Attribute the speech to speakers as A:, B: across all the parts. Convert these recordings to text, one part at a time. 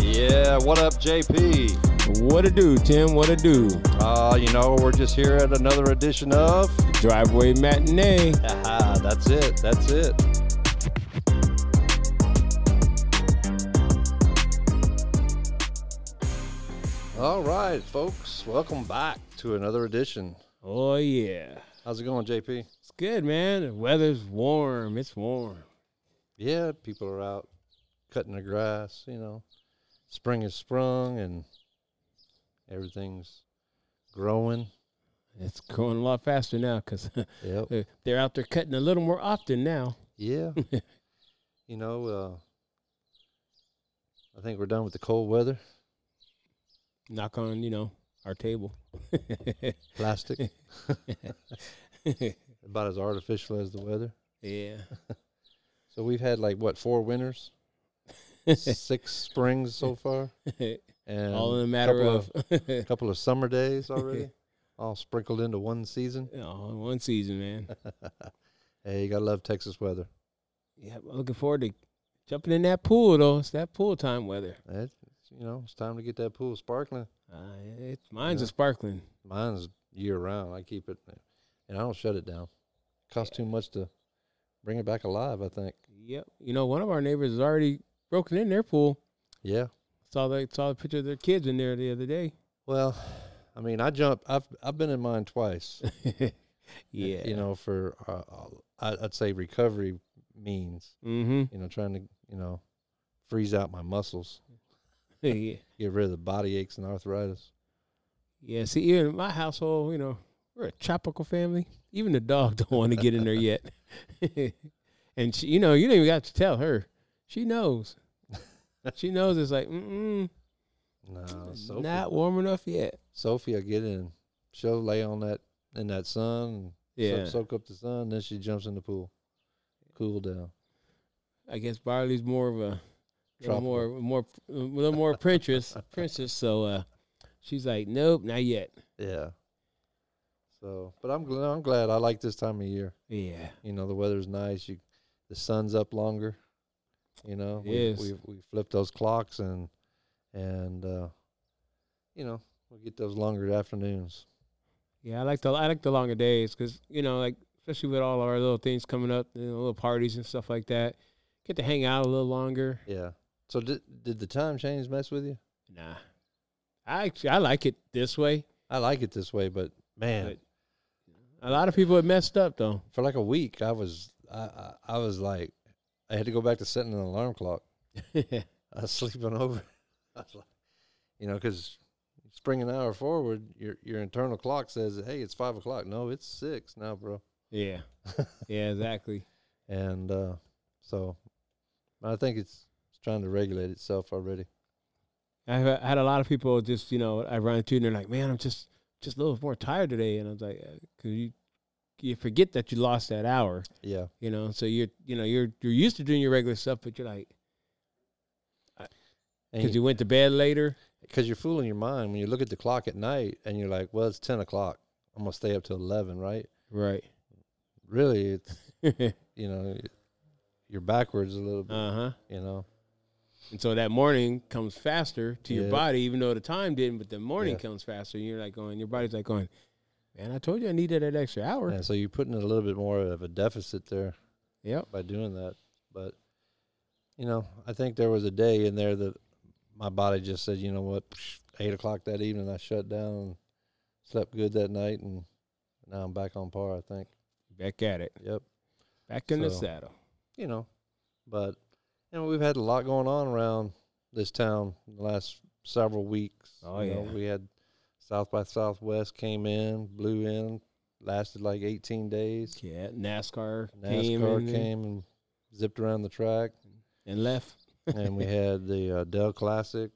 A: Yeah, what up, JP?
B: What it do, Tim? What it do?
A: Uh, you know, we're just here at another edition of.
B: Driveway matinee.
A: Haha, that's it. That's it. All right, folks, welcome back to another edition.
B: Oh yeah,
A: How's it going, JP?
B: it's good, man. The weather's warm. It's warm.
A: Yeah, people are out cutting the grass, you know. Spring is sprung and everything's growing.
B: It's going a lot faster now because
A: Yep.
B: they're out there cutting a little more often now.
A: Yeah. you know, uh, I think we're done with the cold weather,
B: Knock on, you know, our table.
A: plastic,
B: yeah.
A: about as artificial as the weather. So we've had like what four winters, six springs so far, and
B: All in a matter
A: couple
B: of
A: a couple of summer days already, all sprinkled into one season.
B: oh, one season, man.
A: Hey, you gotta love Texas weather.
B: Yeah, I'm looking forward to jumping in that pool though. It's that pool time weather.
A: It's, it's, you know, it's time to get that pool sparkling.
B: Uh, it, mine's
A: Yeah.
B: a sparkling.
A: Mine's year round. I keep it, and I don't shut it down. Costs too much to bring it back alive. I think.
B: Yep. You know, one of our neighbors has already broken in their pool.
A: Yeah.
B: Saw the saw the picture of their kids in there the other day.
A: Well, I mean, I jump. I've I've been in mine twice.
B: yeah.
A: You know, for uh, I, I'd say recovery means.
B: Mm-hmm.
A: You know, trying to you know freeze out my muscles,
B: yeah.
A: get rid of the body aches and arthritis.
B: Yeah. See, even in my household, you know, we're a tropical family. Even the dog don't want to get in there yet. and she, you know, you don't even got to tell her. She knows. she knows it's like, mm
A: No,
B: Oh,
A: Sophia,
B: not warm enough yet.
A: Sophia, get in. She'll lay on that in that sun, and soak-
B: Yeah.
A: soak, up the sun. Then she jumps in the pool, cool down.
B: I guess Barley's more of a little more more a little more princess princess. So uh, she's like, nope, not yet.
A: Yeah. So, but I'm glad. I'm glad. I like this time of year.
B: Yeah,
A: you know the weather's nice you the sun's up longer you know
B: It
A: we,
B: is.
A: we we flip those clocks and and uh you know we get those longer afternoons
B: yeah. I like the I like the longer days because you know, like especially with all our little things coming up, you know, little parties and stuff like that. Get to hang out a little longer.
A: yeah so did did the time change mess with you
B: Nah, I actually I like it this way.
A: i like it this way but man
B: But- A lot of people have messed up though.
A: for like a week i was I, I i was like i had to go back to setting an alarm clock i was sleeping over I was like, you know because spring an hour forward your your internal clock says hey it's five o'clock no it's six now bro
B: yeah, yeah, exactly.
A: and uh, so I think it's, it's trying to regulate itself already.
B: I have- I had a lot of people just you know I run into and they're like, man, I'm just just a little more tired today, and I was like, "Uh, cause you you forget that you lost that hour,
A: Yeah,
B: you know, so you're you know you're you're used to doing your regular stuff, but you're like because
A: because
B: you went to bed later.
A: you, are fooling your mind when you look at the clock at night and you're like, well, it's ten o'clock. I'm gonna stay up till eleven, right?
B: Right.
A: Really, it's
B: uh
A: you know, you're backwards a little bit.
B: huh.
A: you know,
B: Uh-huh. And so that morning comes faster to your
A: Yeah.
B: body, even though the time didn't, but the morning
A: Yeah.
B: comes faster. And you're like going, your body's like going, man, I told you I needed that extra hour.
A: and so you're putting a little bit more of a deficit there
B: Yep.
A: by doing that. But you know, I think there was a day in there that my body just said, you know what, eight o'clock that evening, I shut down, and slept good that night, and now I'm back on par. I think.
B: Back at it.
A: Yep.
B: Back in the
A: So-
B: saddle.
A: You know, but you know we've had a lot going on around this town in the last several weeks.
B: Oh,
A: You know,
B: yeah.
A: we had South by Southwest came in, blew in, lasted like 18 days.
B: Yeah. NASCAR, came,
A: NASCAR
B: and,
A: came and zipped around the track.
B: and left.
A: and we had the uh, Dell Classic.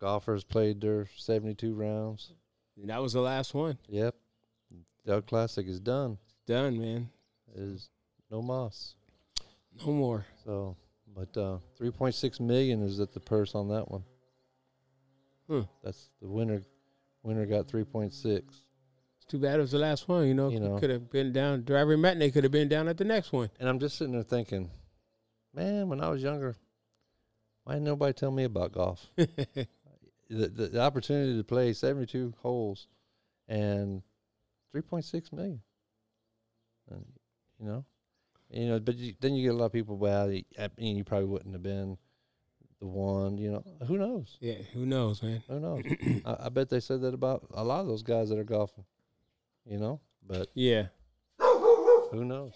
A: Golfers played their 72 rounds.
B: And that was the last one.
A: Yep. Dell Classic is done.
B: Done, man.
A: It is no moss.
B: No more.
A: So, but uh, 3.6 million is at the purse on that one.
B: Hmm.
A: That's the winner. Winner got 3.6.
B: It's too bad it was the last one. You know,
A: You know.
B: could have been down. Driver matinee could have been down at the next one.
A: And I'm just sitting there thinking, man, when I was younger, why didn't nobody tell me about golf? the, the, the opportunity to play 72 holes and 3.6 million. And, you know, you know, but you, then you get a lot of people. Well, y- I mean, you probably wouldn't have been the one. You know, who knows?
B: Yeah, who knows, man?
A: Who knows? I, I bet they said that about a lot of those guys that are golfing. You know, but
B: Yeah.
A: who knows?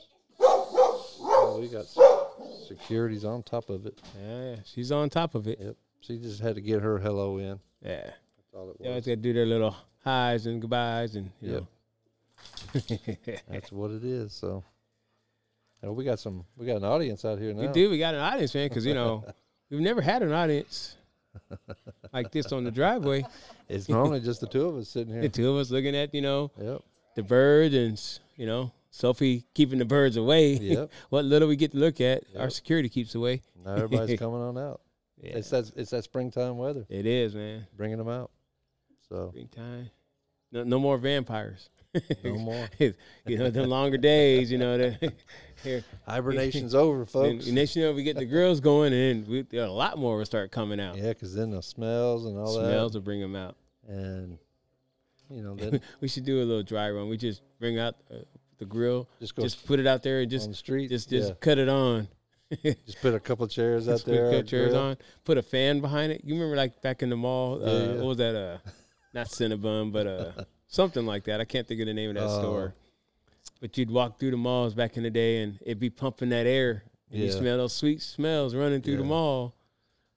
A: Oh, we got s- securities on top of it.
B: Yeah, she's on top of it.
A: Yep. She just had to get her hello in.
B: Yeah.
A: That's all it
B: They always
A: was.
B: got to do their little highs and goodbyes and, you
A: Yep.
B: know.
A: That's what it is. So, and we got some. We got an audience out here now.
B: We do. We got an audience, man, because you know we've never had an audience like this on the driveway.
A: It's normally just the two of us sitting
B: The
A: here.
B: two of us looking at you know
A: Yep.
B: the birds and s- you know Sophie keeping the birds away.
A: Yep.
B: what little we get to look at, our
A: Yep.
B: security keeps away.
A: Now everybody's coming on out.
B: Yeah,
A: It's that. It's that springtime weather.
B: it is, man.
A: Bringing them out. So
B: Springtime. No, no more vampires.
A: no more.
B: you know the longer days. You know the. here,
A: Hibernation's over,
B: and
A: folks. Yeah, 'cause
B: next you know we get the girls going and we, a lot more will start coming out.
A: yeah, because then the smells and all
B: Smells will bring them out.
A: that, and you know, then
B: we should do a little dry run. We just bring out uh, the grill,
A: just go
B: just put it out there, and
A: on
B: just
A: the street.
B: just just
A: yeah.
B: cut it on.
A: just put a couple chairs out
B: Just put
A: there.
B: cut
A: a
B: chairs
A: grill.
B: on. Put a fan behind it. You remember like back in the mall?
A: Yeah,
B: uh,
A: yeah.
B: What was that? Uh, not Cinnabon, but uh, something like that. I can't think of the name of that
A: Oh.
B: store. But you'd walk through the malls back in the day, and it'd be pumping that air. And You
A: Yeah.
B: smell those sweet smells running through the
A: Yeah.
B: mall.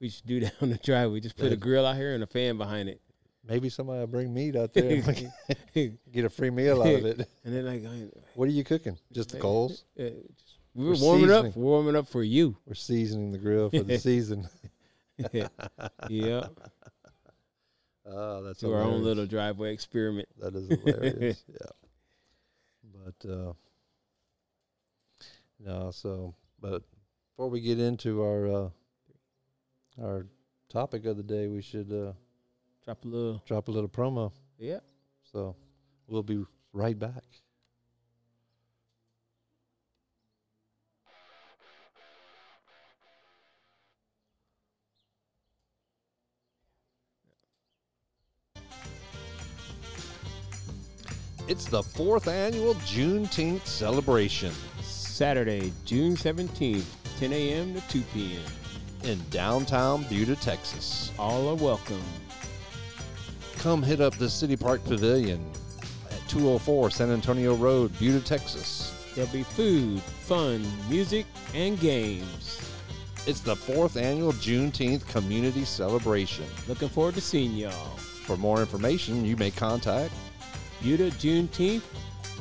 B: We should do that on the driveway. Just put a
A: Yeah.
B: grill out here and a fan behind it.
A: Maybe somebody will bring meat out there and we can get a free meal out of it.
B: And then like, I-
A: What are you cooking? Just the
B: Maybe.
A: coals.
B: Yeah, just- we were
A: We're
B: warming up.
A: seasoning.
B: We're warming up for you.
A: We're seasoning the grill for the season.
B: yeah,
A: Oh, that's
B: to our own
A: hilarious.
B: little driveway experiment.
A: That is hilarious. yeah. But uh no, so but before we get into our uh our topic of the day, we should uh
B: Drop a little.
A: drop a little promo.
B: Yeah.
A: So we'll be right back. It's the fourth annual Juneteenth celebration
B: Saturday, June seventeenth, ten a.m. to two p.m.
A: in downtown Buda, Texas.
B: All are welcome.
A: Come hit up the City Park Pavilion at 204 San Antonio Road, Buda, Texas.
B: There'll be food, fun, music, and games.
A: It's the fourth annual Juneteenth community celebration.
B: Looking forward to seeing y'all.
A: For more information, you may contact.
B: Buta Juneteenth,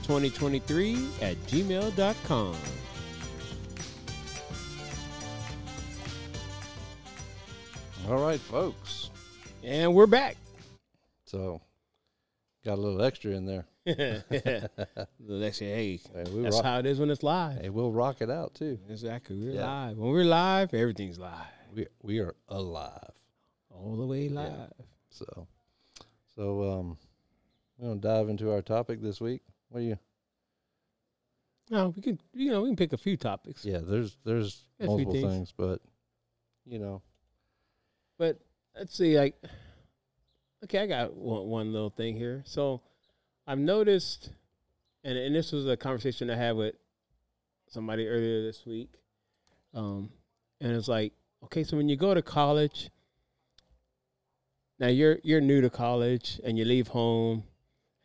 B: 2023 at gmail.com.
A: All right, folks.
B: And we're back.
A: So, got a little extra in there.
B: the next hey,
A: Hey, we
B: that's
A: rock-
B: how it is when it's live.
A: hey, we'll rock it out too.
B: Exactly. We're
A: Yeah.
B: live. When we're live, everything's live.
A: We we are alive.
B: All the way live.
A: So, so um, we're gonna dive into our topic this week. What do you?
B: No, we can you know, we can pick a few topics.
A: Yeah, there's there's
B: A few
A: multiple
B: things.
A: things. but you know,
B: But let's see, like okay, I got one, one little thing here. So I've noticed and and this was a conversation I had with somebody earlier this week. Um and it's like, okay, so when you go to college, now you're you're new to college and you leave home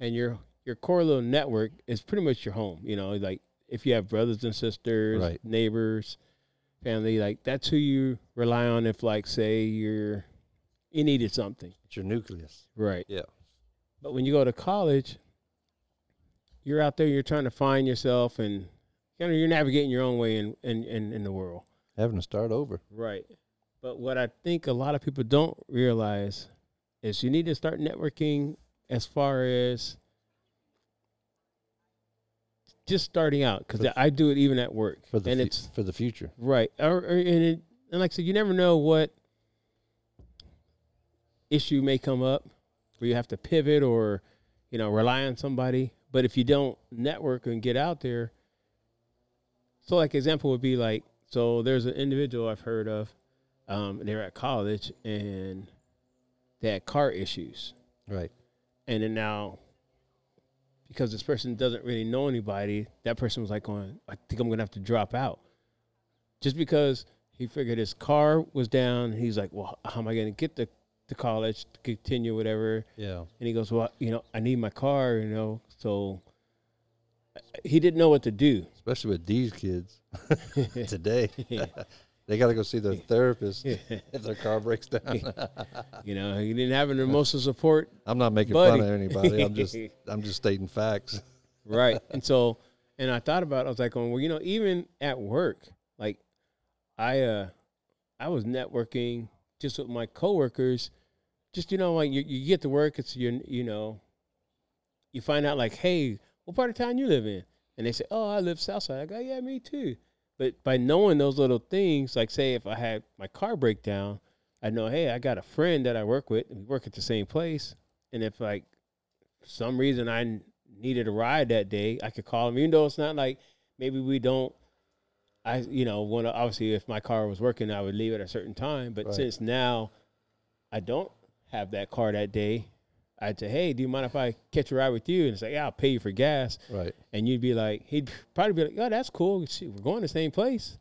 B: and your your core little network is pretty much your home, you know, like if you have brothers and sisters,
A: Right.
B: neighbors, family, like that's who you rely on if like say you're you needed something.
A: it's your nucleus.
B: Right.
A: Yeah.
B: But when you go to college, you're out there, you're trying to find yourself and you know, you're navigating your own way in, in, in, in the world.
A: Having to start over.
B: Right. But what I think a lot of people don't realize is you need to start networking as far as just starting out because
A: For-
B: I do it even at work.
A: for the
B: and
A: fu-
B: it's
A: for the future.
B: Right. Or, or- and, it, and like I said, you never know what issue may come up where you have to pivot or, you know, rely on somebody. But if you don't network and get out there, so like example would be like, so there's an individual I've heard of, um, they're at college and They had car issues.
A: Right.
B: And then now, because this person doesn't really know anybody, that person was like, going, I think I'm going to have to drop out. Just because he figured his car was down, he's like, well, how am I going to get to, to college to continue whatever?
A: Yeah.
B: And he goes, well, you know, I need my car, you know. So he didn't know what to do.
A: Especially with these kids today. They got to go see their therapist if their car breaks down.
B: you know, he didn't have an emotional support
A: I'm not making
B: Buddy.
A: fun of anybody. I'm just I'm just stating facts.
B: right and so and i thought about it i was like going, well you know even at work like i uh i was networking just with my coworkers just you know like you, you get to work it's your you know you find out like hey what part of town you live in and they say oh i live south side i go yeah me too but by knowing those little things like say if i had my car breakdown i know hey i got a friend that i work with and we work at the same place and if like some reason I n- needed a ride that day, I could call him. Even though it's not like maybe we don't, I you know want to obviously if my car was working, I would leave at a certain time. But
A: Right.
B: since now I don't have that car that day, I'd say, hey, do you mind if I catch a ride with you? And it's like, yeah, I'll pay you for gas.
A: Right.
B: And you'd be like, he'd probably be like, oh, that's cool. Shoot, we're going to the same place,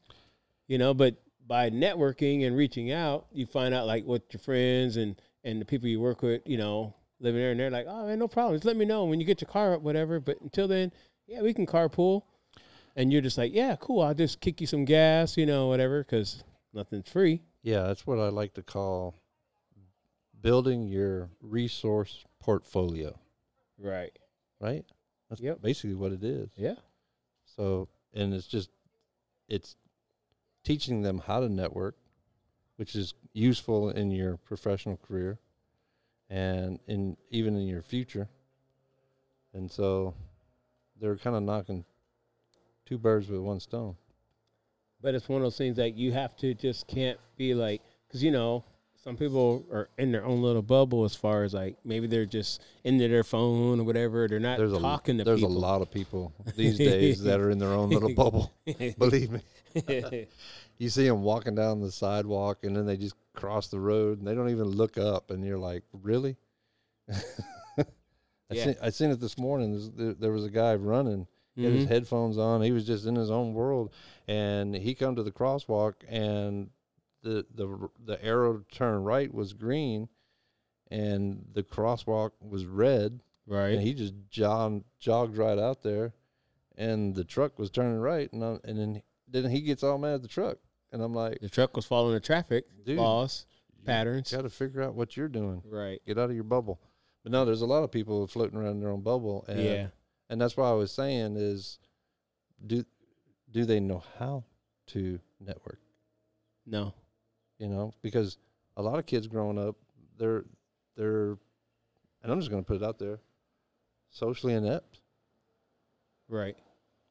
B: you know. But by networking and reaching out, you find out like what your friends and and the people you work with, you know, living there, and they're like, oh man, no problem. Just let me know when you get your car up, whatever. But until then, yeah, we can carpool. And you're just like, yeah, cool. I'll just kick you some gas, you know, whatever, because nothing's free.
A: Yeah, that's what I like to call building your resource portfolio,
B: Right.
A: right? That's
B: Yep.
A: basically what it is.
B: Yeah.
A: So, and it's just it's teaching them how to network, which is useful in your professional career and in even in your future. And so they're kind of knocking two birds with one stone.
B: But it's one of those things that you have to just can't be like, because you know, some people are in their own little bubble as far as like maybe they're just into their phone or whatever. They're not
A: There's a
B: talking to
A: there's a
B: people.
A: lot of people these days that are in their own little bubble. Believe me. you see them walking down the sidewalk and then they just cross the road and they don't even look up and you're like really I,
B: Yeah.
A: seen, I seen it this morning There's- there, there was a guy running he had his
B: Mhm.
A: headphones on he was just in his own world and he come to the crosswalk and the the r- the arrow to turn right was green and the crosswalk was red
B: Right.
A: and he just jogged, jogged right out there, and the truck was turning right, and i and then then he gets all mad at the truck, and I'm like,
B: the truck was following the traffic
A: Dude,
B: laws, patterns.
A: got to figure out what you're doing,
B: Right.
A: get out of your bubble. But no, there's a lot of people floating around in their own bubble, and
B: yeah.
A: and that's why I was saying is, do do they know how to network?
B: No.
A: You know, because a lot of kids growing up, they're they're, and I'm just gonna put it out there, socially inept.
B: Right.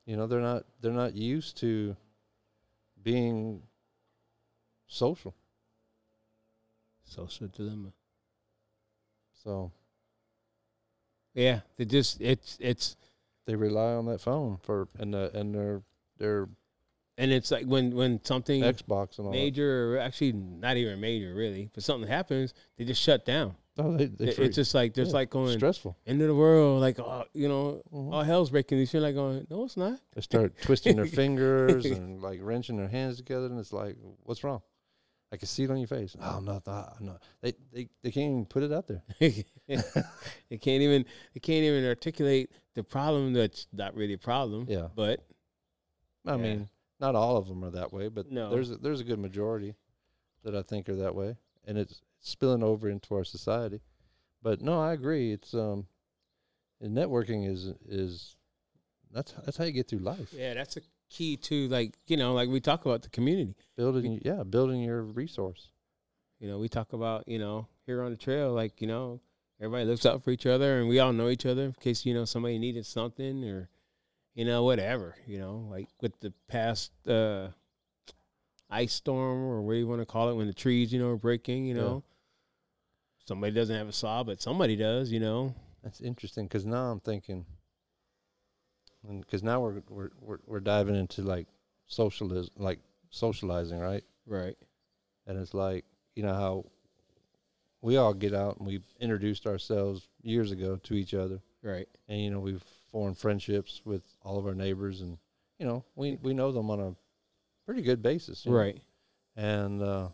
A: you know they're not they're not used to being social
B: Social dilemma.
A: so
B: Yeah. They just it's it's
A: they rely on that phone for and the, and their their
B: and it's like when when something
A: xbox and all that.
B: major or actually not even major really, but something happens, they just shut down.
A: No, they, they
B: It-
A: freak.
B: it's just like there's
A: Yeah.
B: like going
A: stressful
B: end of the world, like oh, you know,
A: Mhm.
B: all hell's breaking loose. You're like going, no, it's not.
A: they start twisting their fingers and like wrenching their hands together and it's like what's wrong i can see it on your face oh no no, no. They, they they can't even put it out there
B: they can't even they can't even articulate the problem that's not really a problem.
A: Yeah.
B: But
A: i
B: Yeah.
A: mean not all of them are that way but
B: No.
A: there's a, there's a good majority that i think are that way and it's spilling over into our society but no i agree it's um and networking is is that's that's how you get through life
B: yeah, that's a key to like, you know, like we talk about the community.
A: building yeah building your resource
B: You know, we talk about, you know, here on the trail, like, you know, everybody looks out for each other and we all know each other in case, you know, somebody needed something or, you know, whatever, you know, like with the past uh, ice storm or what do you want to call it when the trees, you know, are breaking, you
A: Yeah.
B: know. Somebody doesn't have a saw, but somebody does, you know.
A: that's interesting because now i'm thinking because now we're, we're we're we're diving into like socialism like socializing right
B: Right.
A: and it's like you know how we all get out and we introduced ourselves years ago to each other,
B: Right.
A: and you know we've formed friendships with all of our neighbors, and you know we we know them on a pretty good basis, you know.
B: Right.
A: and uh,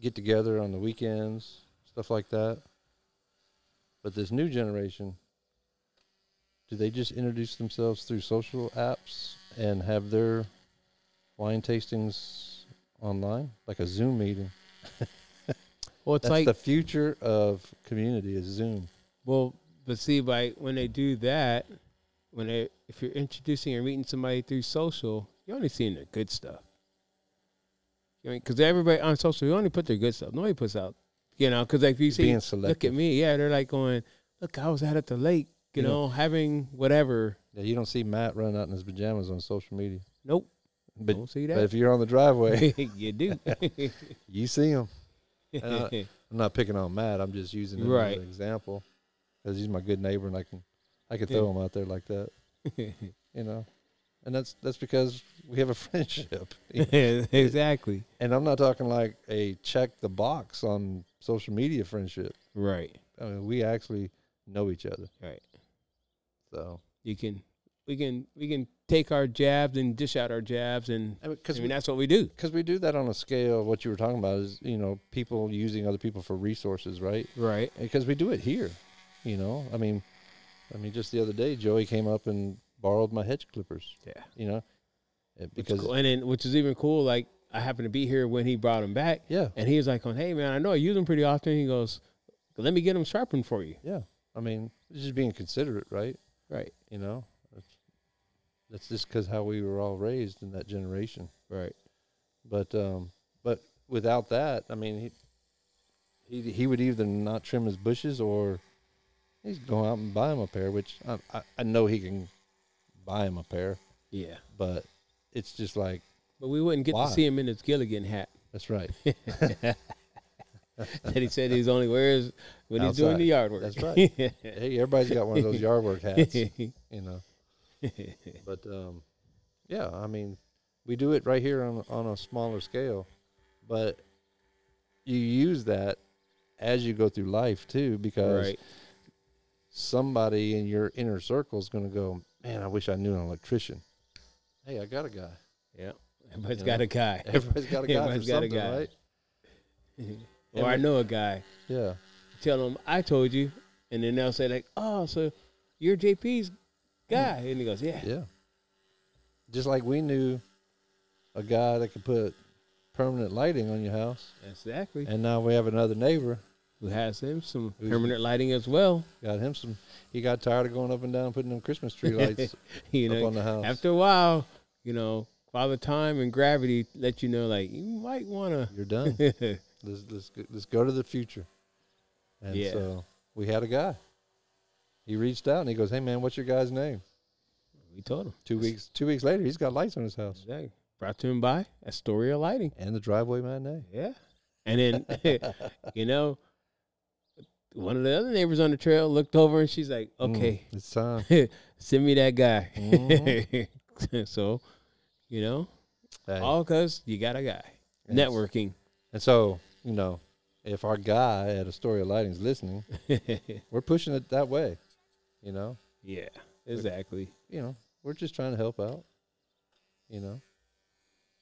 A: get together on the weekends, stuff like that. But this new generation, do they just introduce themselves through social apps and have their wine tastings online, like a Zoom meeting?
B: Well, it's
A: That's
B: like
A: the future of community is Zoom.
B: Well, but see, like when they do that, when they if you're introducing or meeting somebody through social, you're only seeing the good stuff. I mean, because everybody on social, you only put their good stuff. Nobody puts out, you know, because like if you see,
A: Being
B: look at
A: selective.
B: me, yeah, they're like going, look, I was out at the lake, you
A: Yeah.
B: know, having whatever.
A: Yeah, you don't see Matt running out in his pajamas on social media.
B: Nope,
A: But,
B: don't see
A: but
B: that.
A: if you're on the driveway,
B: you do,
A: you see him. Uh, I'm not picking on Matt. I'm just using him
B: Right.
A: as an example because he's my good neighbor, and I can I can
B: Yeah.
A: throw him out there like that, you know. And that's that's because we have a friendship,
B: exactly,
A: and I'm not talking like a check the box on social media friendship.
B: right,
A: I mean, we actually know each other,
B: right.
A: so
B: You can, we can, we can take our jabs and dish out our jabs and
A: because
B: I mean, that's what we do.
A: because we do that on a scale of what you were talking about is you know people using other people for resources, right?
B: Right.
A: because we do it here you know i mean i mean just the other day joey came up and borrowed my hedge clippers
B: Yeah.
A: you know Uh,
B: Because
A: because
B: and then which is even cool. Like I happened to be here when he brought him back,
A: yeah
B: and he was like, "On hey man, I know I use them pretty often." He goes, "Let me get them sharpened for you."
A: yeah i mean it's just being considerate right
B: Right.
A: you know that's, that's just because how we were all raised in that generation
B: Right.
A: but um but without that i mean he he, he would either not trim his bushes or he's going out and buy him a pair which i i, I know he can buy him a pair
B: Yeah.
A: but it's just like
B: But we wouldn't get
A: Why?
B: to see him in his Gilligan hat
A: that's right
B: that he said he's only wears when he's doing
A: Outside.
B: the yard work.
A: That's right. hey, everybody's got one of those yard work hats, you know. But um, yeah, I mean, we do it right here on on a smaller scale, but you use that as you go through life too, because
B: right.
A: somebody in your inner circle is going to go, man, I wish I knew an electrician. Hey, I got a guy.
B: Yeah. Everybody's
A: You
B: got
A: know?
B: a guy.
A: Everybody's got a guy
B: Everybody's
A: for
B: got a
A: something,
B: guy.
A: right?
B: or I know a guy.
A: Yeah,
B: Tell him I told you, and then they'll say like, "Oh, so you're JP's guy," and he goes, "Yeah."
A: yeah. Just like we knew a guy that could put permanent lighting on your house.
B: Exactly.
A: And now we have another neighbor.
B: who has him some
A: Who's-
B: permanent lighting as well.
A: Got him some. He got tired of going up and down putting them Christmas tree lights
B: You
A: up
B: know,
A: on the house.
B: after a while, you know, father time and gravity let you know like you might want
A: You're done.
B: to.
A: let's, let's go- let's go to the future. And
B: Yeah.
A: so we had a guy. He reached out and he goes, "Hey man, what's your guy's name?"
B: we told him
A: Two weeks two weeks later, he's got lights on his house
B: exactly. Brought to him by Astoria Lighting.
A: and the driveway matinee.
B: Yeah, and then you know, one of the other neighbors on the trail looked over and she's like,
A: Mm,
B: "Okay,
A: it's time.
B: send me that guy."
A: Mhm.
B: so, you know,
A: Hey.
B: all because you got a guy.
A: Yes.
B: Networking.
A: And so you know, if our guy at Astoria Lighting is listening, we're pushing it that way. You know,
B: yeah, exactly.
A: you know, we're just trying to help out. You know,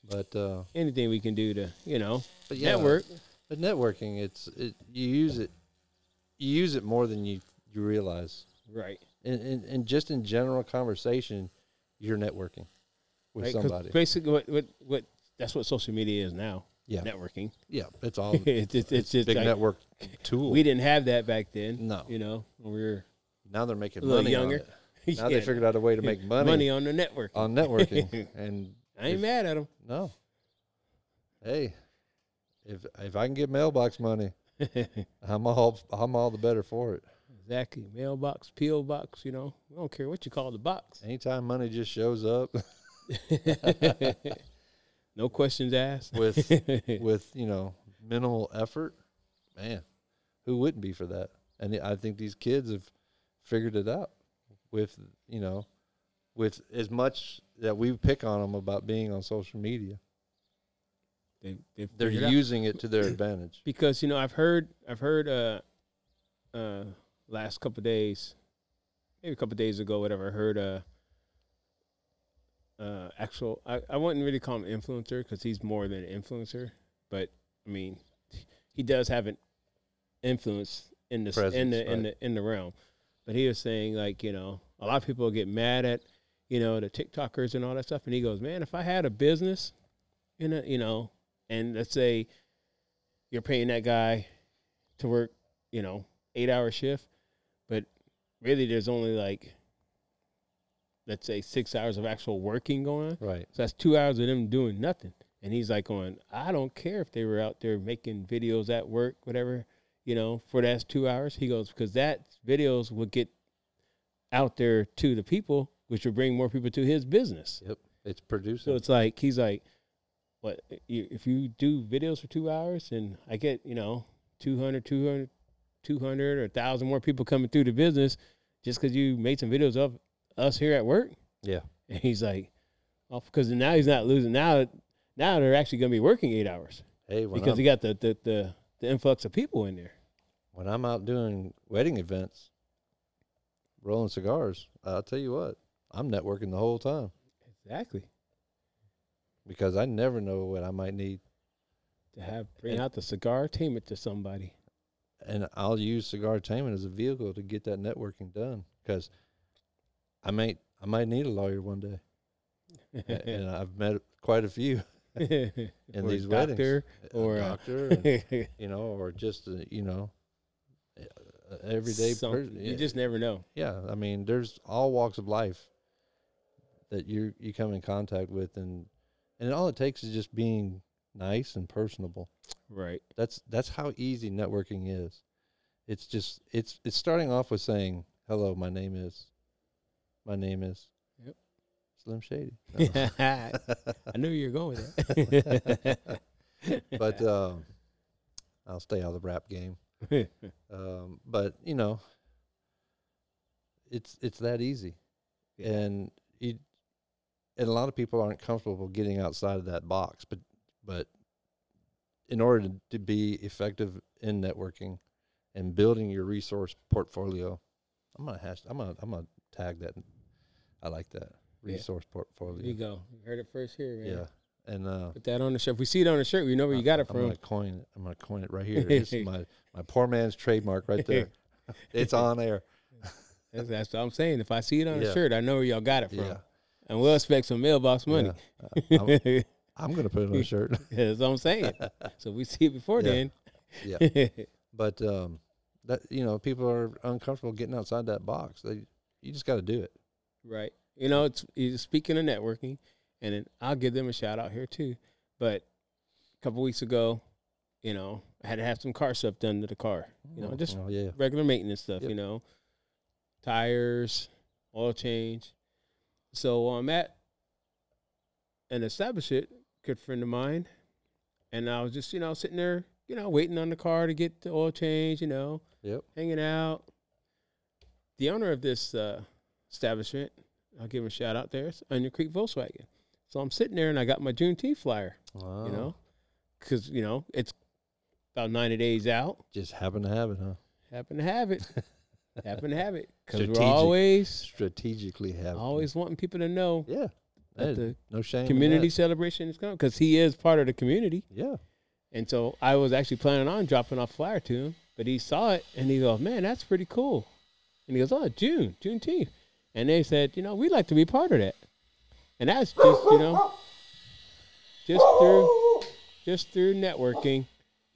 A: but uh,
B: anything we can do to, you know,
A: but yeah,
B: network.
A: But networking, it's it, you use it, you use it more than you you realize.
B: Right.
A: And and, and just in general conversation, you're networking with
B: right? 'Cause
A: somebody.
B: Basically, what, what, what, that's what social media is now.
A: Yeah.
B: Networking.
A: Yeah, it's all big
B: it's just, it's just like,
A: network tool.
B: we didn't have that back then.
A: No.
B: You know, when we were
A: now they're making
B: a little
A: money.
B: younger.
A: On it. Now they figured out a way to make money,
B: on the network.
A: on networking. and
B: I ain't
A: if-
B: mad at them.
A: no, hey, if if I can get mailbox money, I'm all I'm all the better for it.
B: exactly. Mailbox, peel box, you know, I don't care what you call the box.
A: Anytime money just shows up
B: no questions asked.
A: with with you know minimal effort, man, who wouldn't be for that? And I think these kids have figured it out with you know with as much that we pick on them about being on social media.
B: They, they
A: They're
B: figured out.
A: using it to their advantage.
B: because you know I've heard I've heard uh uh last couple days maybe a couple days ago whatever I heard uh uh actual I, I wouldn't really call him influencer because he's more than an influencer but I mean he does have an influence in the s in
A: Presence,
B: the
A: right.
B: in the in the realm but he was saying like you know a lot of people get mad at you know the TikTokers and all that stuff and he goes man if I had a business in a you know and let's say you're paying that guy to work, you know, eight hour shift, but really there's only like, let's say six hours of actual working going on.
A: Right.
B: So that's two hours of them doing nothing. And he's like going, I don't care if they were out there making videos at work, whatever, you know, for that's two hours. He goes, because that videos would get out there to the people, which would bring more people to his business.
A: Yep. It's
B: So
A: producing.
B: it's like he's like, "What you, if you do videos for two hours and I get you know 200, 200, 200 or thousand more people coming through the business just because you made some videos of us here at work?"
A: Yeah.
B: And he's like, "Oh, because now he's not losing now." Now they're actually going to be working eight hours
A: hey, when I'm,
B: because he got the, the the the influx of people in there.
A: when I'm out doing wedding events, rolling cigars, I'll tell you what, I'm networking the whole time
B: Exactly
A: because I never know what I might need.
B: to have bring out the cigar attainment to somebody.
A: and I'll use cigar tainment as a vehicle to get that networking done because I may I might need a lawyer one day, A- and I've met quite a few in
B: Or
A: these
B: doctor,
A: weddings, A
B: or, uh,
A: doctor, and, you know, or just a, you know, a- a everyday
B: Some-
A: person.
B: You just never know.
A: yeah, I mean, there's all walks of life that you you come in contact with, and and all it takes is just being nice and personable.
B: Right.
A: That's that's how easy networking is. It's just it's it's starting off with saying, "Hello, my name is, my name is."
B: Yep.
A: Slim Shady. No.
B: I knew you were going with that.
A: but um, I'll stay out of the rap game. Um, but you know, it's it's that easy,
B: Yeah.
A: and you, and a lot of people aren't comfortable getting outside of that box. But but in order to, to be effective in networking and building your resource portfolio, I'm gonna hash. I'm gonna I'm gonna tag that. I like that
B: Yeah.
A: resource portfolio.
B: there you go. You heard it first here, man.
A: yeah, and uh,
B: Put that on the shirt. If we see it on the shirt, we know where you
A: I-
B: got it
A: I'm gonna
B: from.
A: coin it. I'm gonna coin it right here. It's my my poor man's trademark right there. it's on air.
B: That's, that's what I'm saying. If I see it on
A: Yeah.
B: the shirt, I know where y'all got it from.
A: Yeah,
B: And we'll expect some mailbox money.
A: yeah. I- I'm,
B: Yeah,
A: I'm gonna put it on a shirt.
B: that's what I'm saying. so if we see it before
A: Yeah.
B: then.
A: Yeah.
B: Yeah.
A: But um, that you know, people are uncomfortable getting outside that box. They you just got to do it.
B: Right. You know, it's, it's speaking of networking, and then I'll give them a shout out here too. But a couple weeks ago, you know, I had to have some car stuff done to the car. You know, just
A: oh, yeah,
B: regular maintenance stuff.
A: Yep.
B: You know, tires, oil change. So I'm at an establishment, good friend of mine, and I was just you know sitting there, you know, waiting on the car to get the oil change. You know,
A: yep.
B: hanging out. The owner of this uh, establishment, I'll give him a shout out there, it's Onion Creek Volkswagen. So I'm sitting there and I got my Juneteenth flyer,
A: Wow.
B: you know, because, you know, it's about 90 days out.
A: just happen to have it, huh?
B: Happen to have it. Happen to have it. Because
A: Strategic.
B: we're always,
A: Strategically have
B: always wanting people to know
A: Yeah,
B: that
A: Hey,
B: the
A: no shame. in that.
B: community celebration is coming because he is part of the community.
A: Yeah,
B: And so I was actually planning on dropping off a flyer to him, but he saw it and he goes, "Man, that's pretty cool." And he goes, "Oh, June, Juneteenth," and they said, "You know, we'd like to be part of that." And that's just you know, just through just through networking,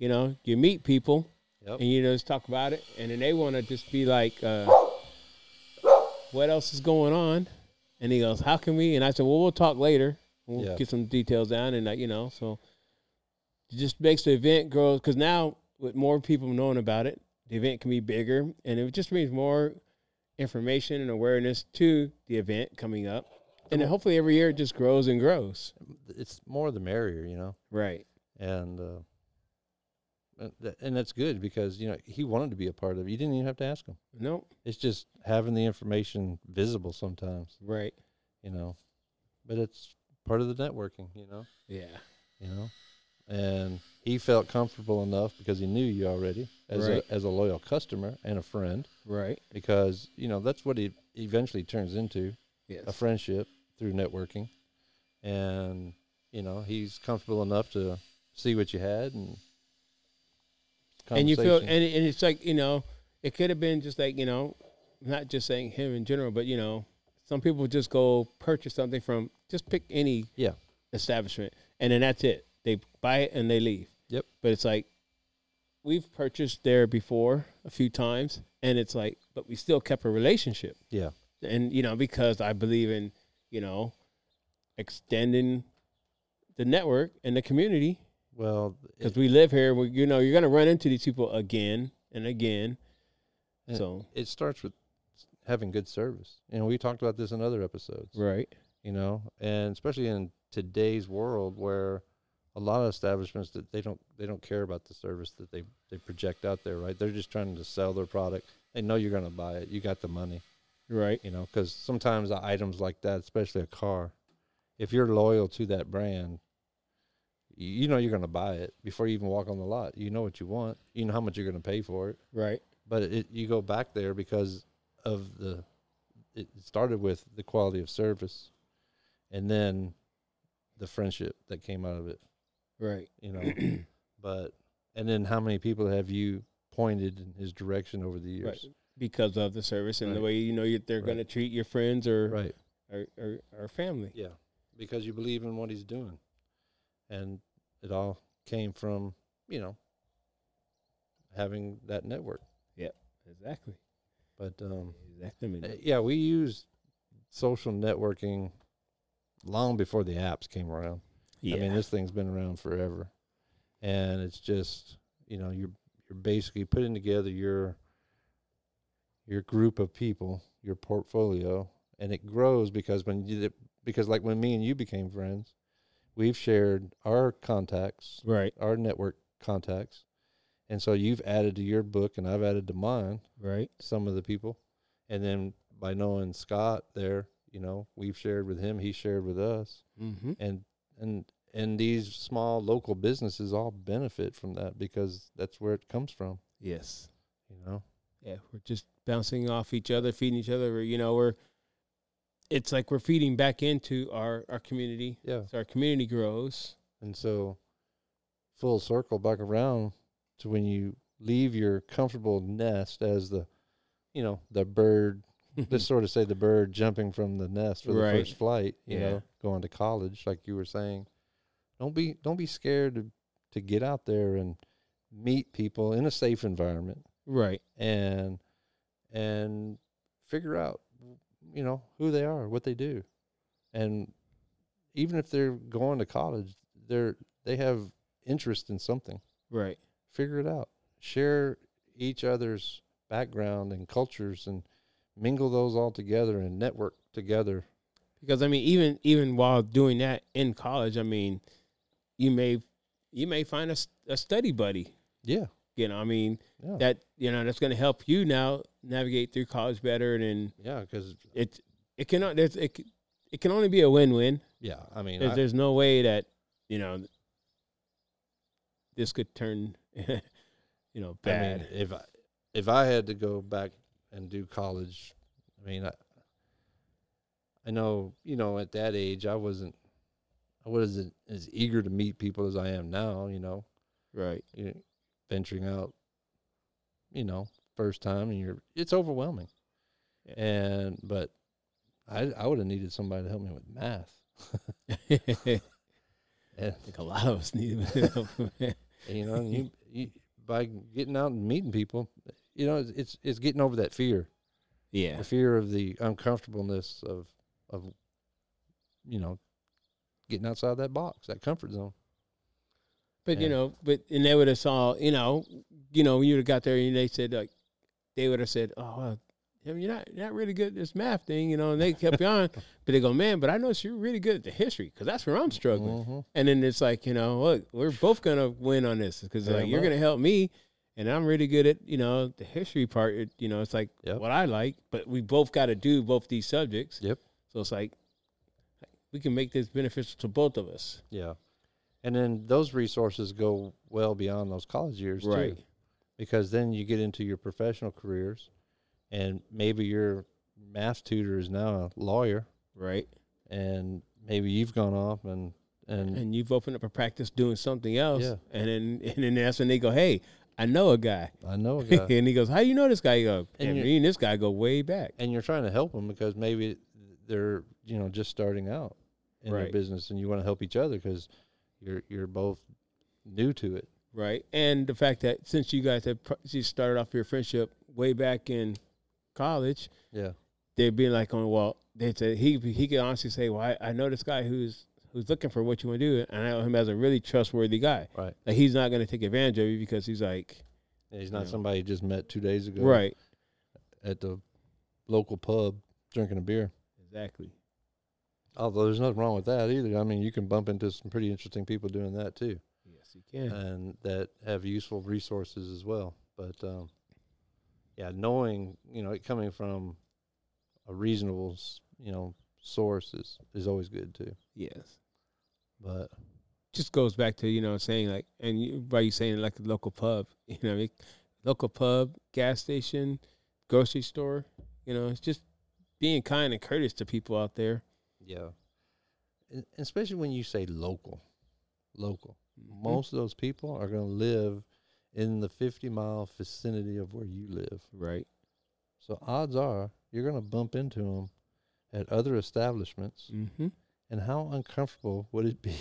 B: you know, you meet people
A: yep.
B: and you just talk about it, and then they want to just be like, uh, "What else is going on?" And he goes, "How can we?" And I said, "Well, we'll talk later. We'll
A: Yeah.
B: get some details down, and like you know, so it just makes the event grow because now with more people knowing about it, the event can be bigger, and it just brings more information and awareness to the event coming up, and then hopefully every year it just grows and grows.
A: It's more the merrier, you know,
B: Right.
A: and. uh and tha- and that's good because you know he wanted to be a part of it. You didn't even have to ask him.
B: No.
A: It's just having the information visible sometimes,
B: Right.
A: you know. But it's part of the networking, you know.
B: Yeah.
A: You know, and he felt comfortable enough because he knew you already as
B: Right.
A: a as a loyal customer and a friend
B: Right.
A: because you know that's what it eventually turns into
B: Yes.
A: a friendship through networking and you know he's comfortable enough to see what you had and
B: and you feel and,
A: conversation.
B: and it's like you know it could have been just like you know not just saying him in general but you know some people just go purchase something from just pick any
A: yeah
B: establishment and then that's it they buy it and they leave
A: Yep.
B: but it's like we've purchased there before a few times and it's like but we still kept a relationship
A: yeah
B: and you know because i believe in you know extending the network and the community
A: well it-
B: because we live here. We, you know, you're gonna run into these people again and again.
A: Yeah.
B: So
A: it starts with having good service and we talked about this in other episodes
B: right,
A: you know and especially in today's world where a lot of establishments that they don't they don't care about the service that they they project out there right they're just trying to sell their product they know you're going to buy it you got the money
B: right,
A: you know because sometimes the items like that especially a car if you're loyal to that brand y- you know you're going to buy it before you even walk on the lot you know what you want you know how much you're going to pay for it
B: right,
A: but it, you go back there because of the it started with the quality of service and then the friendship that came out of it
B: right,
A: you know but and then how many people have you pointed in his direction over the
B: right.
A: years
B: Because of the service and the
A: Right.
B: way you know you, they're
A: Right.
B: gonna treat your friends or
A: right.
B: or, or, or family.
A: Yeah, because you believe in what he's doing, and it all came from you know having that network.
B: Exactly.
A: But um,
B: Exactly.
A: eh, yeah, we used social networking long before the apps came around.
B: yeah.
A: I mean, this thing's been around forever, and it's just you know you're you're basically putting together your your group of people, your portfolio, and it grows because when you because like when me and you became friends, we've shared our contacts,
B: right,
A: our network contacts, and so you've added to your book and I've added to mine
B: right,
A: some of the people, and then by knowing Scott there, you know we've shared with him, he shared with us
B: mm-hmm.
A: and and and these small local businesses all benefit from that because that's where it comes from
B: yes.
A: you know
B: Yeah, we're just bouncing off each other, feeding each other. We're, you know, we're it's like we're feeding back into our our community.
A: yeah
B: So our community grows.
A: and so full circle back around to when you leave your comfortable nest as the you know the bird let's sort of say the bird jumping from the nest for the
B: Right.
A: first flight you
B: Yeah.
A: know going to college like you were saying don't be don't be scared to to get out there and meet people in a safe environment
B: right,
A: and and figure out you know who they are what they do and even if they're going to college they're they have interest in something
B: right,
A: figure it out share each other's background and cultures and mingle those all together and network together
B: because I mean, even even while doing that in college, I mean, you may you may find a, s- a study buddy.
A: yeah
B: You know, I mean,
A: yeah
B: that you know that's going to help you now navigate through college better, and
A: yeah because
B: it it cannot there's it c- it can only be a win win.
A: yeah i mean
B: There's,
A: I-
B: there's no way that you know this could turn you know bad.
A: I mean, if I if I had to go back and do college, I mean, I, I know you know at that age I wasn't I wasn't as eager to meet people as I am now. You know,
B: right.
A: you venturing out, you know, first time, and you're it's overwhelming.
B: Yeah.
A: And but I I would have needed somebody to help me with math.
B: I think
A: And,
B: a lot of us need.
A: you know, and you, you by getting out and meeting people, you know, it's it's, it's getting over that fear.
B: yeah.
A: the fear of the uncomfortableness of of you know getting outside that box that comfort zone
B: But you
A: Yeah.
B: know, but and they would have saw, you know, you know, when you'd have got there and they said like, they would have said, oh, well, I mean, you're not you're not really good at this math thing, you know, and they kept you on. But they go, man, but I noticed you're really good at the history because that's where I'm struggling.
A: Mhm.
B: And then it's like, you know, look, we're both gonna win on this because
A: Fair
B: like you're
A: enough.
B: gonna help me, and I'm really good at you know the history part. It, you know, it's like
A: Yep.
B: what I like, but we both got to do both these subjects.
A: Yep.
B: So it's like we can make this beneficial to both of us.
A: yeah And then those resources go well beyond those college years
B: Right.
A: too, because then you get into your professional careers, and maybe your math tutor is now a lawyer,
B: Right.
A: and maybe you've gone off and and
B: And you've opened up a practice doing something else.
A: Mm. Yeah.
B: And then and then that's when they go, Hey, I know a guy.
A: I know a guy,
B: and he goes, How do you know this guy? You go,
A: Oh, And
B: "Damn,
A: you-
B: me and this guy go way back.
A: and you're trying to help them because maybe they're you know just starting out in their
B: Right.
A: business, and you want to help each other because you're you're both new to it.
B: Right. And the fact that since you guys have pr- you started off your friendship way back in college,
A: Yeah,
B: they'd be like, "Oh, well," they'd say he he could honestly say, "Well, I, I know this guy who's who's looking for what you want to do, and I know him as a really trustworthy guy.
A: Right.
B: Like he's not going to take advantage of you because he's like,
A: and he's not
B: Yeah.
A: somebody you just met two days ago
B: right,
A: at the local pub drinking a beer.
B: exactly,
A: Although there's nothing wrong with that either. I mean, you can bump into some pretty interesting people doing that too,
B: yes, he can,
A: and that have useful resources as well. But um, yeah, knowing you know it coming from a reasonable s- you know source is is always good too.
B: yes."
A: But
B: Just goes back to you know saying like, and you, by you saying like the local pub, you know, it, local pub, gas station, grocery store, you know, it's just being kind and courteous to people out there.
A: yeah, and and especially when you say local, local,
B: Mm-hmm.
A: most of those people are going to live in the 50 mile vicinity of where you live.
B: right,
A: So odds are you're going to bump into them at other establishments.
B: mm-hmm.
A: And how uncomfortable would it be?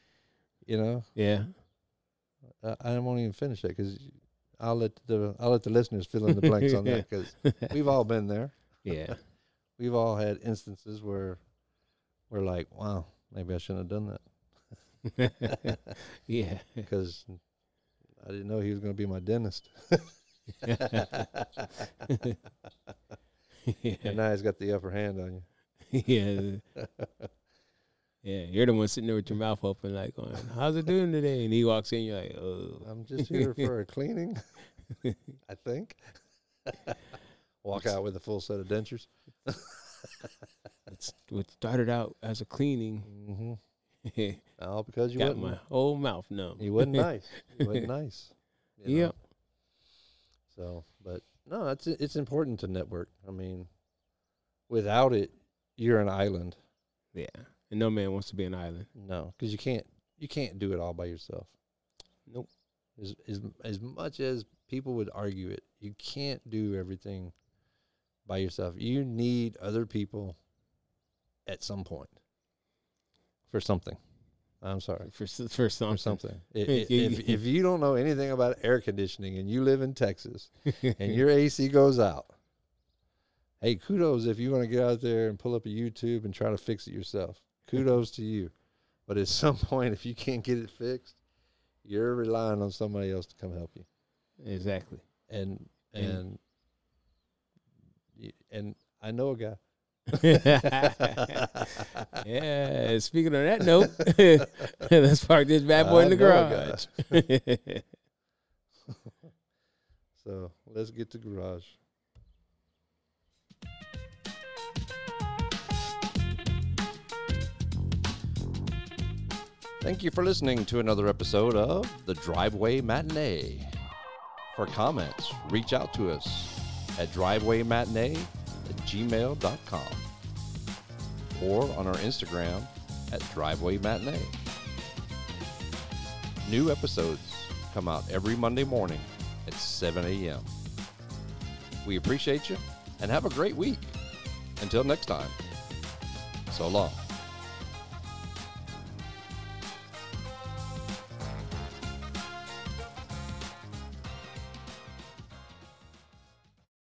A: you know,
B: yeah,
A: I, I won't even finish that because I'll let the I'll let the listeners fill in the blanks on that because we've all been there.
B: yeah,
A: We've all had instances where we're like, wow, maybe I shouldn't have done that
B: yeah.
A: because I didn't know he was going to be my dentist. and now he's got the upper hand on you.
B: yeah. Yeah, you're the one sitting there with your mouth open, like, going, "How's it doing today?" And he walks in, you're like, "Oh,
A: I'm just here for a cleaning, I think. Walk out with a full set of dentures.
B: it's, what started out as a cleaning,
A: hmm
B: got
A: All because you wasn't,
B: my whole mouth numb."
A: you wasn't nice. You wasn't nice. you know?
B: Yep.
A: So, but no, it's it's important to network. I mean, without it, you're an island.
B: Yeah, and no man wants to be an island.
A: No, because you can't you can't do it all by yourself.
B: Nope.
A: As as as much as people would argue it, you can't do everything by yourself. You need other people at some point for something. I'm sorry.
B: For s-
A: For
B: for something,
A: something. I- i-
B: You-
A: if, if you don't know anything about air conditioning and you live in Texas and your AC goes out, hey, kudos if you want to get out there and pull up a YouTube and try to fix it yourself. Kudos to you. But at some point, if you can't get it fixed, you're relying on somebody else to come help you.
B: exactly.
A: And
B: And-
A: and y- and I know a guy.
B: yeah. Speaking on that note, let's park this bad boy in
A: I
B: the
A: know a
B: garage.
A: guy. So let's get to garage. Thank you for listening to another episode of The Driveway Matinee. For comments, reach out to us at drivewaymatinee at gmail.com or on our Instagram at driveway matinee. New episodes come out every Monday morning at 7 a.m. We appreciate you and have a great week. Until next time, so long.